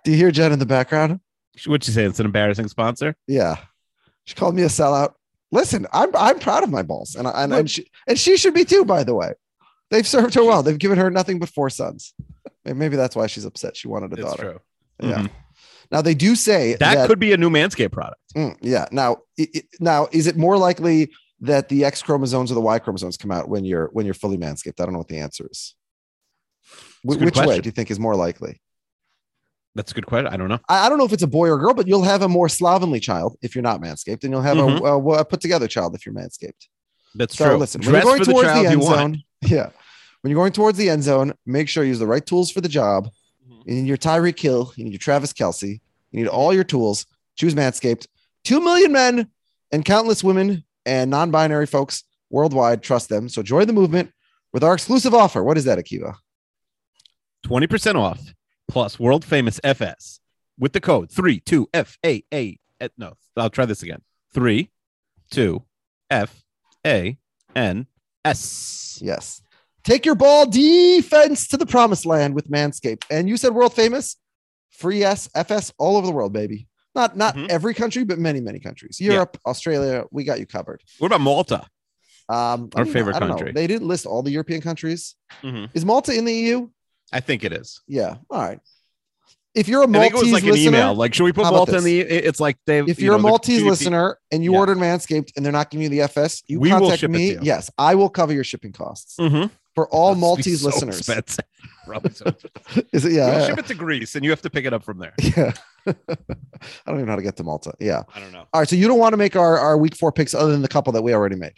Do you hear Jen in the background? What'd you say? It's an embarrassing sponsor. Yeah. She called me a sellout. Listen, I'm I'm proud of my balls. And I- and, and she and she should be too, by the way. They've served her well. They've given her nothing but four sons. And Maybe that's why she's upset. She wanted a It's daughter. true. Yeah. Mhm. Now they do say That, could be a new Manscaped product. Mm, yeah. Now, i i- now is it more likely that the X chromosomes or the Y chromosomes come out when you're when you're fully manscaped? I don't know what the answer is. Wh- It's a good which way question. do you think is more likely? That's a good question. I don't know. I, I don't know if it's a boy or girl, but you'll have a more slovenly child if you're not manscaped, and you'll have Mhm. a, a, put together child if you're manscaped. That's so true. listen, when you're Dress going for the towards child the you end want. zone, (laughs) yeah. When you're going towards the end zone, make sure you use the right tools for the job. Mhm. You need your Tyreek Hill, you need your Travis Kelsey, you need all your tools. Choose Manscaped. Two million men and countless women and non-binary folks worldwide trust them. So join the movement with our exclusive offer. What is that, Akiva? 20% off plus world famous FS with the code 32FAA. at- No, I'll try this again. 32FANS. Yes. Take your ball defense to the promised land with Manscaped. And you said world famous, free S, FS all over the world, baby. Not not Mhm. every country, but many many countries. Yeah. Europe, Australia, we got you covered. What about Malta? Um, I Our don't- favorite I don't know. country. They didn't list all the European countries. Mhm. Is Malta in the EU? I think it is. Yeah. All right. If you're a I think Maltese it was like listener, an email. Like, should we put How about Malta in the? e, It's like they. if you're a Maltese listener and you Yeah. ordered Manscaped and they're not giving you the FS, you We will contact ship it me. to you. Mm-hmm. Yes, I will cover your shipping costs for (laughs) all Maltese listeners. Probably so. expensive. Is it? Yeah. We'll yeah. ship it to Greece, and you have to pick it up from there. Yeah. (laughs) I don't even know how to get to Malta. Yeah. I don't know. All right. So you don't want to make our, our week four picks other than the couple that we already made.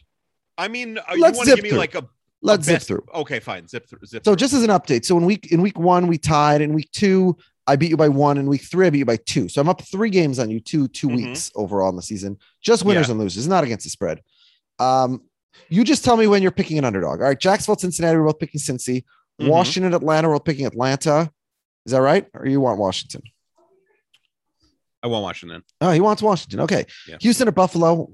I mean, uh, you Let's want to zip give me through. like a Let's a zip best- through. Okay, fine. Zip through. Zip. So through. just as an update, so in week in week one we tied, in week two I beat you by one, in week three I beat you by two. So I'm up three games on you, two two Mhm. weeks overall in the season. Just winners Yeah. and losers, not against the spread. Um, You just tell me when you're picking an underdog. All right, Jacksonville, Cincinnati, we're both picking Cincy. Mhm. Washington, Atlanta, we're both picking Atlanta. Is that right? Or you want Washington? I want Washington. Oh, he wants Washington. Okay. Yeah. Houston or Buffalo?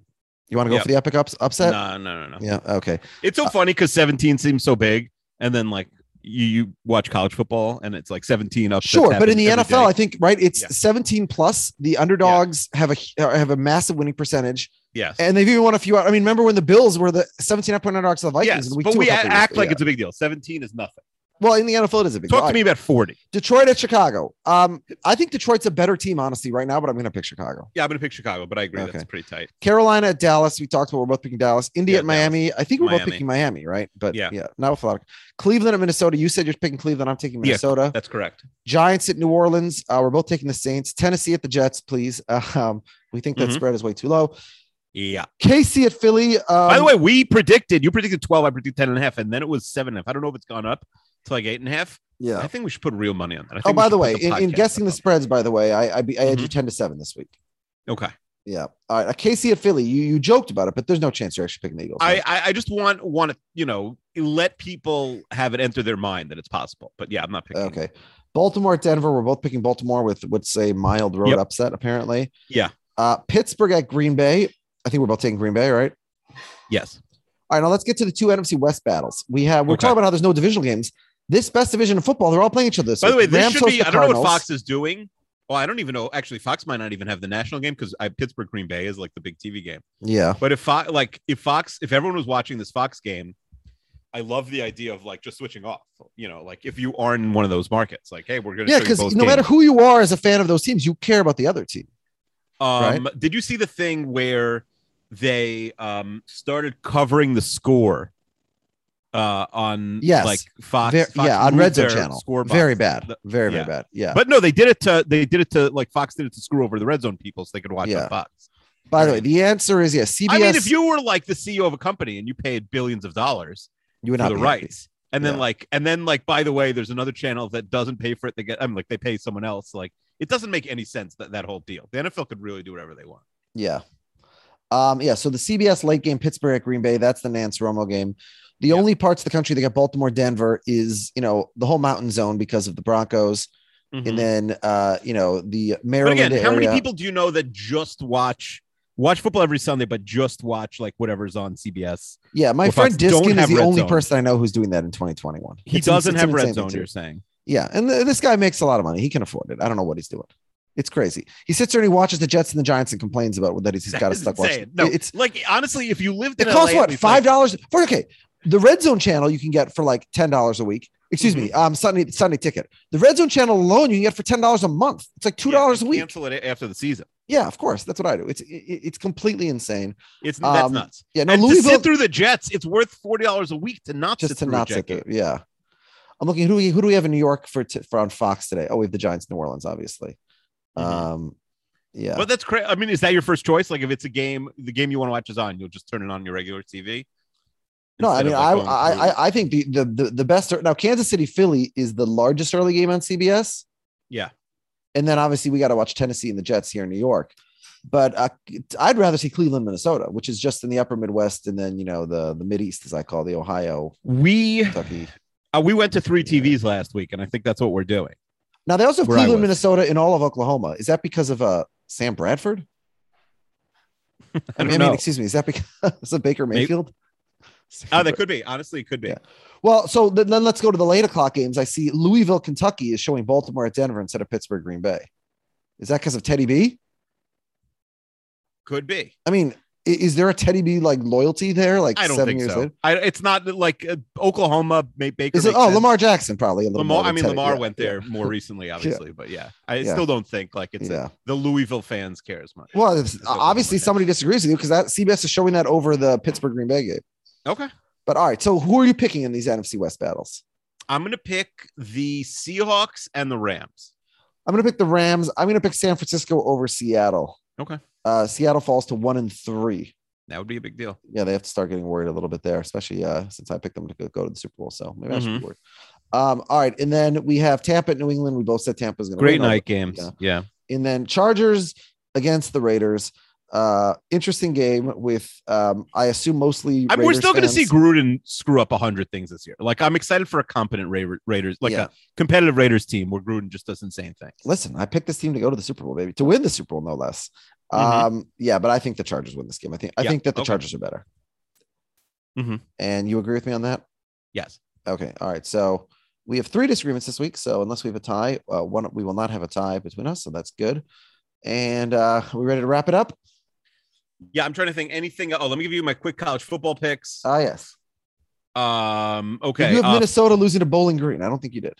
You want to go Yeah. for the epic ups, upset? No, no, no, no. Yeah. Uh, Okay. It's so funny because 17 seems so big, and then like you, you watch college football, and it's like 17 up. Sure, but in the NFL, I think right, it's Yeah. 17 plus. The underdogs have a uh, have a massive winning percentage, yes, and they've even won a few. out- I mean, remember when the Bills were the 17 point underdogs to the Vikings? yes, in week but two a we a- couple years act ago? like Yeah. it's a big deal. 17 is nothing. well in the NFL. It is a big. Talk deal. to me about 40. Detroit at Chicago. Um, I think Detroit's a better team, honestly, right now, but I'm going to pick Chicago. Yeah, I'm gonna pick Chicago, but I agree Okay. that's pretty tight. Carolina at Dallas. We talked about we're both picking Dallas. India Yeah, at Miami. I think we're both Miami. picking Miami, right? But yeah, Yeah. yeah, not with a lot of Cleveland at Minnesota. You said you're picking Cleveland. I'm taking Yeah. Minnesota. That's correct. Giants at New Orleans. Uh, we're both taking the Saints. Tennessee at the Jets, please. (laughs) Um, we think that Mhm. spread is way too low. Yeah. KC at Philly. Um, By the way, we predicted you predicted 12, I predicted 10 and a half, and then it was seven and a half. I don't know if it's gone up to like eight and a half. yeah. I think we should put real money on that. I Oh, think we by should the put way, in, in podcast guessing the up. Mm-hmm. spreads, by the way, I I, be, I had you ten to seven this week. Okay. Yeah. All right. KC at Philly. You you joked about it, but there's no chance you're actually picking the Eagles. I, right? I I just want want to you know let people have it enter their mind that it's possible. But yeah, I'm not picking. Okay. Baltimore at Denver. We're both picking Baltimore with what's a mild road Yep. upset, apparently. Yeah. Uh, Pittsburgh at Green Bay. I think we're both taking Green Bay, right? Yes. All right. Now let's get to the two NFC West battles. We have we're Okay. talking about how there's no divisional games. This best division in football, they're all playing each other. By the way, this should host be. the I don't know what Cardinals. Fox is doing. Well, I don't even know. Actually, Fox might not even have the national game because Pittsburgh Green Bay is like the big TV game. Yeah. But if Fox, like if Fox, if everyone was watching this Fox game, I love the idea of like just switching off. You know, like if you are in one of those markets, like hey, we're gonna Yeah, show you because no both matter games. who you are as a fan of those teams, you care about the other team. Um, Did you see the thing where they um started covering the score? Uh, on Yes. like Fox, Ver- Fox yeah, on moved Red Zone their Channel. score box. Very bad. The- Very, very yeah. bad. Yeah. But no, they did it to they did it to like Fox did it to screw over the Red Zone people so they could watch Yeah. on Fox. By the way, the answer is yes. CBS, I mean, if you were like the CEO of a company and you paid billions of dollars you would for not the be happy. rights, and then Yeah. like, and then like, by the way, there's another channel that doesn't pay for it. They get, I'm like, they pay someone else. Like, it doesn't make any sense that that whole deal. The NFL could really do whatever they want. Yeah. Um, yeah. So the CBS late game, Pittsburgh at Green Bay, that's the Nance Romo game. The Yeah. only parts of the country that got Baltimore, Denver is, you know, the whole mountain zone because of the Broncos. Mhm. And then, uh, you know, the But Maryland again, how many area. people do you know that just watch watch football every Sunday, but just watch like whatever's on CBS? Yeah. My Well, friend Fox don't Diskin is have the red only zone. person I know who's doing that in 2021. He It's- doesn't it's an have red insane thing zone. to do. You're saying Yeah, and th- this guy makes a lot of money. He can afford it. I don't know what he's doing. It's crazy. He sits there and he watches the Jets and the Giants and complains about that he's, (laughs) he's That got a is stuck insane. watching. No, It- It's it's like honestly, if you lived it in costs LA, what it's like- five dollars for okay. The Red Zone channel you can get for like ten dollars a week. Excuse Mm-hmm. me, um, Sunday Sunday ticket. The Red Zone channel alone you can get for ten dollars a month. It's like two Yeah, dollars and a week. Cancel it after the season. Yeah, of course, that's what I do. It's it, it's completely insane. It's that's Um, nuts. Yeah, no, and to Louisville sit through the Jets, it's worth forty dollars a week to not just sit to through not a sit Jet there. game. Yeah, I'm looking. Who do we who do we have in New York for t- for on Fox today? Oh, we have the Giants, New Orleans, obviously. Mhm. Um, yeah. But that's crazy. I mean, is that your first choice? Like, if it's a game, the game you want to watch is on, you'll just turn it on your regular TV. No, I Instead mean, of, I, like, going I, through- I, I think the, the, the, the best now Kansas City Philly is the largest early game on CBS, yeah, and then obviously we got to watch Tennessee and the Jets here in New York. But uh, I'd rather see Cleveland, Minnesota, which is just in the Upper Midwest, and then you know the the Mid East, as I call the Ohio, we Kentucky. uh, we went to three TVs last week, and I think that's what we're doing. Now they also have Where I Cleveland, was. Minnesota, and all of Oklahoma. Is that because of uh Sam Bradford? (laughs) I don't mean, know. excuse me, is that because (laughs) of Baker Maybe- Mayfield? Oh, that could be. Honestly, it could be. Yeah. Well, so then, then let's go to the late o'clock games. I see Louisville, Kentucky is showing Baltimore at Denver instead of Pittsburgh, Green Bay. Is that because of Teddy B? Could be. I mean, i- is there a Teddy B like loyalty there? Like I don't seven think years so. later, I, it's not like uh, Oklahoma. May, Baker. is it? makes Oh, sense. Lamar Jackson probably a little. Lamar. more I than mean, Teddy. Lamar Yeah, went yeah, (laughs) there more recently, obviously, but yeah, I Yeah. still don't think like it's a- yeah. the Louisville fans care as much. well, it's, It's Oklahoma obviously now. somebody disagrees with you because that CBS is showing that over the Pittsburgh Green Bay game. Okay. But all right, so who are you picking in these NFC West battles? I'm gonna pick the Seahawks and the Rams. I'm going to pick the Rams. I'm going to pick San Francisco over Seattle. Okay. Uh, Seattle falls to one and three. That would be a big deal. yeah, they have to start getting worried a little bit there, especially uh, since I picked them to go, go to the Super Bowl. So maybe I should Mm-hmm. be worried. Um, all right, and then we have Tampa at New England. We both said Tampa's going to Great night games. Yeah. Yeah. And then Chargers against the Raiders. Uh, interesting game with, um, I assume mostly. I mean, we're Raiders still going to fans. see Gruden screw up hundred things this year. Like I'm excited for a competent Ra- Raiders, like uh, Yeah. a competitive Raiders team where Gruden just does insane things. Listen, I picked this team to go to the Super Bowl, baby, to win the Super Bowl, no less. Mhm. Um, yeah, but I think the Chargers win this game. I think I Yeah, think that the okay. Chargers are better. Mhm. And you agree with me on that? Yes. Okay. All right. So we have three disagreements this week. So unless we have a tie, uh, one we will not have a tie between us. So that's good. And uh, we ready to wrap it up? Yeah, I'm trying to think anything. Oh, let me give you my quick college football picks. Ah, yes. Um, Did okay, you have uh, Minnesota losing to Bowling Green? I don't think you did.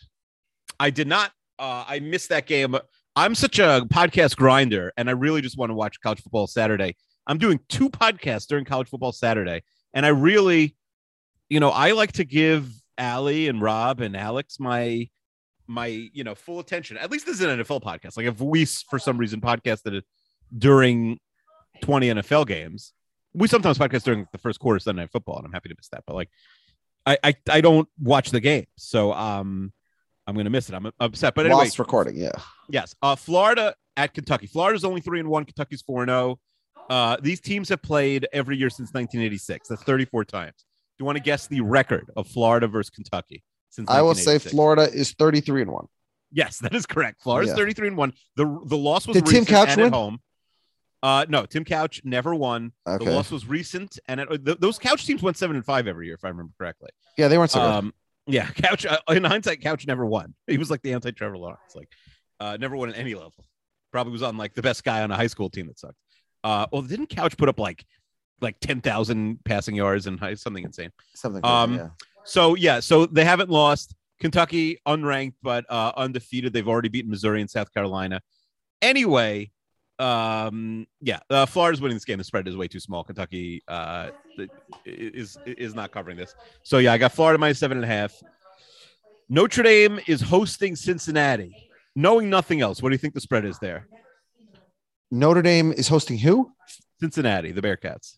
I did not. Uh, I missed that game. I'm such a podcast grinder, and I really just want to watch college football Saturday. I'm doing two podcasts during college football Saturday, and I really, you know, I like to give Allie and Rob and Alex my my you know full attention. At least this is an NFL podcast. Like if we s- for some reason podcasted it during 20 NFL games, we sometimes podcast during the first quarter of Sunday Night Football, and I'm happy to miss that. But like, I I, I don't watch the game, so um. I'm gonna miss it. I'm upset, but anyway, Lost recording. Yeah. Yes. Uh, Florida at Kentucky. Florida's only three and one. Kentucky's four and zero. Uh, these teams have played every year since 1986. That's 34 times. Do you want to guess the record of Florida versus Kentucky since? I will say 1986? Florida is 33 and one. Yes, that is correct. Florida's Yeah. 33 and one. The the loss was Did Tim recent Couch and win? at home. Uh, no, Tim Couch never won. Okay. The loss was recent, and it, th- those Couch teams went seven and five every year, if I remember correctly. Yeah, they weren't so good. Um, yeah, (laughs) Couch. Uh, in hindsight, Couch never won. He was like the anti Trevor Lawrence, like uh, never won at any level. Probably was on like the best guy on a high school team that sucked. Uh, well, didn't Couch put up like like ten thousand passing yards and high, something insane? Something. um, yeah. So yeah, so they haven't lost. Kentucky unranked but uh, undefeated. They've already beaten Missouri and South Carolina. Anyway, um, yeah, uh, Florida's winning this game. The spread is way too small. Kentucky uh, th- is is not covering this. So yeah, I got Florida minus seven and a half. Notre Dame is hosting Cincinnati. Knowing nothing else, what do you think the spread is there? Notre Dame is hosting who? Cincinnati, the Bearcats.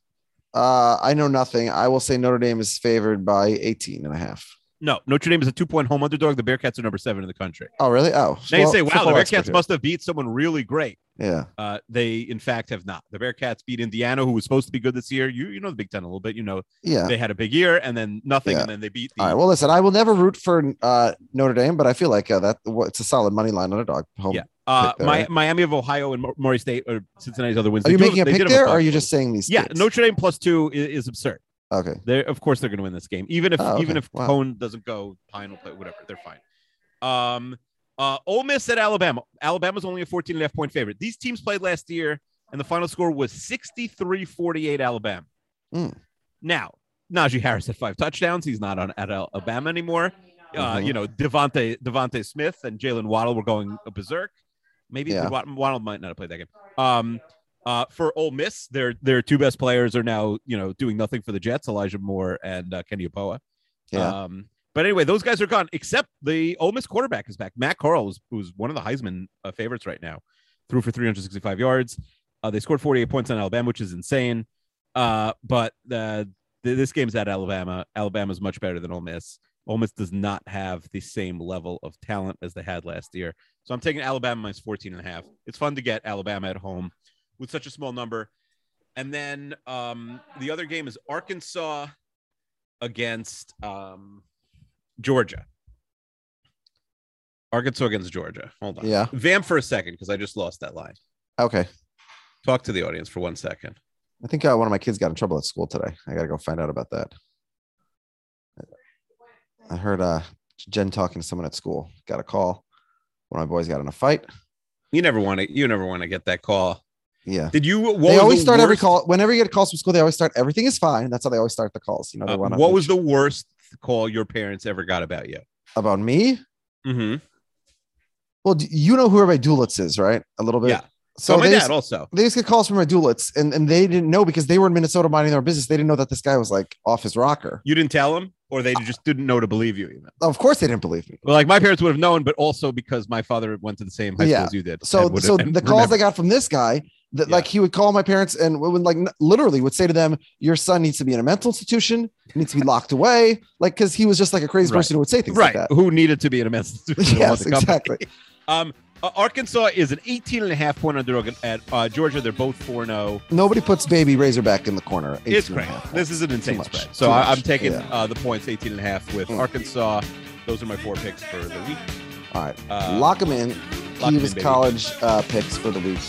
Uh, I know nothing. I will say Notre Dame is favored by 18 and a half. No, Notre Dame is a two-point home underdog. The Bearcats are number seven in the country. Oh, really? Oh, Now you well, say, "Wow, the football expert Bearcats here. must have beat someone really great." Yeah. Uh, they, in fact, have not. The Bearcats beat Indiana, who was supposed to be good this year. You, you know the Big Ten a little bit. You know Yeah. they had a big year, and then nothing, Yeah. and then they beat. The, All right. Well, listen, I will never root for uh, Notre Dame, but I feel like uh, that well, it's a solid money line underdog. Home. Yeah. uh, pick there, Mi- right? Miami of Ohio and Mo- Murray State or Cincinnati's other wins. Are They you do making have- a they pick did have there, or are fun- you just saying these? Yeah, picks? Notre Dame plus two i- is, absurd. Okay. They're of course they're going to win this game, even if Oh, even okay. if Wow. Cone doesn't go, Pine will play whatever. They're fine. Um, uh, Ole Miss at Alabama. Alabama's only a 14 and a half point favorite. These teams played last year, and the final score was 63 48 Alabama. Hmm. Now, Najee Harris had five touchdowns. He's not on at Alabama anymore. Uh, Mhm. You know, Devontae, Devontae Smith and Jalen Waddle were going berserk. Maybe Yeah. Wad- Waddle might not have played that game. Um, uh, for Ole Miss, their their two best players are now you know doing nothing for the Jets, Elijah Moore and uh, Kenny Opoa. Yeah. Um, but anyway, those guys are gone, except the Ole Miss quarterback is back. Matt Carl, who's, who's one of the Heisman uh, favorites right now, threw for 365 yards. Uh, they scored 48 points on Alabama, which is insane. Uh, but the, th- this game's at Alabama. Alabama's much better than Ole Miss. Ole Miss does not have the same level of talent as they had last year. So I'm taking Alabama minus 14 and a half. It's fun to get Alabama at home with such a small number. And then um, the other game is Arkansas against um, Georgia. Arkansas against Georgia. Hold on. Yeah. Vam for a second because I just lost that line. Okay. Talk to the audience for one second. I think uh, one of my kids got in trouble at school today. I gotta go find out about that. I heard uh, Jen talking to someone at school. Got a call. One of my boys got in a fight. You never want to. You never want to get that call. Yeah. Did you? What they was always the start every worst- call. Whenever you get calls from school, they always start everything is fine. That's how they always start the calls. You know, they uh, want what was the worst call your parents ever got about you? about me? Mm-hmm. Well, do you know who my Dulitz is, right? A little bit. Yeah. So, oh, my they, dad used, also. they used to get calls from my Dulitz, and, and they didn't know because they were in Minnesota minding their business. They didn't know that this guy was like off his rocker. You didn't tell him, or they just didn't know to believe you. Even Of course, they didn't believe me. well, like my parents would have known, but also because my father went to the same high Yeah. school as you did. and So would- so and (laughs) the calls I remember. got from this guy that Yeah. like he would call my parents and would like n- literally would say to them, "Your son needs to be in a mental institution, needs to be locked away," like because he was just like a crazy Right. (laughs) person who would say things right, (laughs) like that. who needed to be in a men's yes, exactly. Um, Uh, Arkansas is an 18 and a half point underdog at uh, Georgia. They're both 4 0. Nobody puts baby Razorback in the corner. It's 18 and great. a half. This is an insane much. spread. So Too I, much. I'm taking Yeah. uh, the points 18 and a half with Arkansas. Those are my four picks for the week. All right. Uh, lock them in. lock 'em in, Keeves baby. college uh, picks for the week.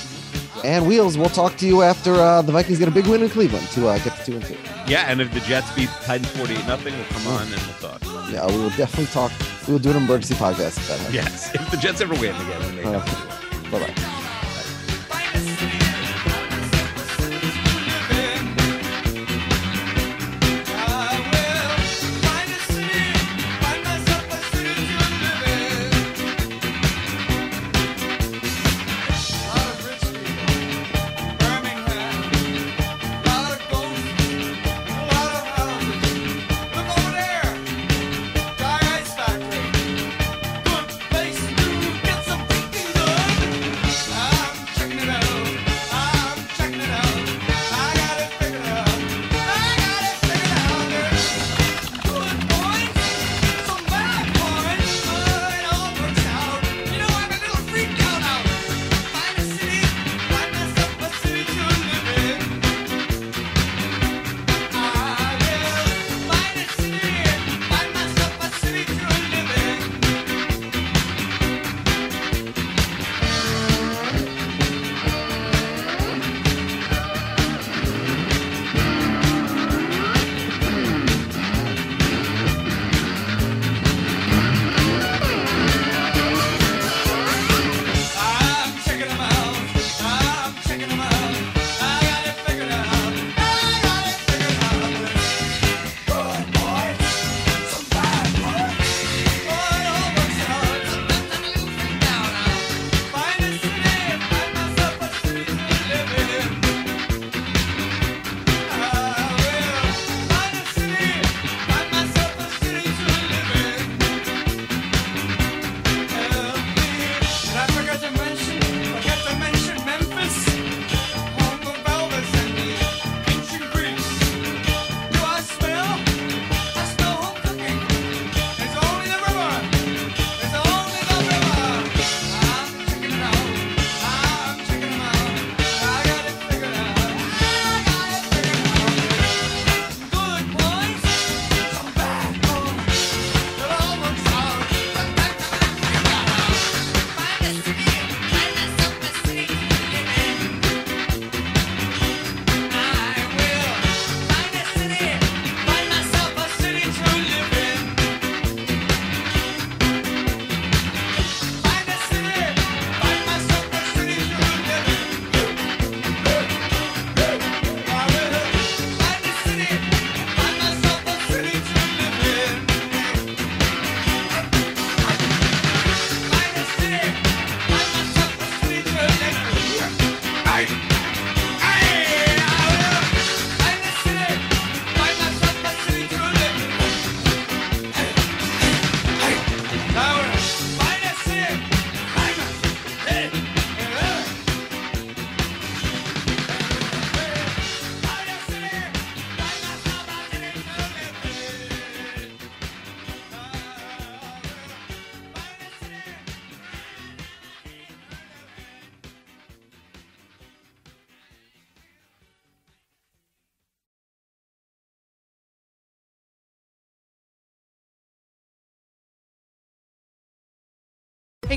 And Wheels, we'll talk to you after uh, the Vikings get a big win in Cleveland to uh, get to 2 and 2. Yeah, and if the Jets beat the Titans 48 nothing, we'll come on and we'll talk. Yeah, we will definitely talk. We will do an emergency podcast if that happens. Yes, (laughs) if the Jets ever win again. Oh. when they Uh, bye-bye. Hey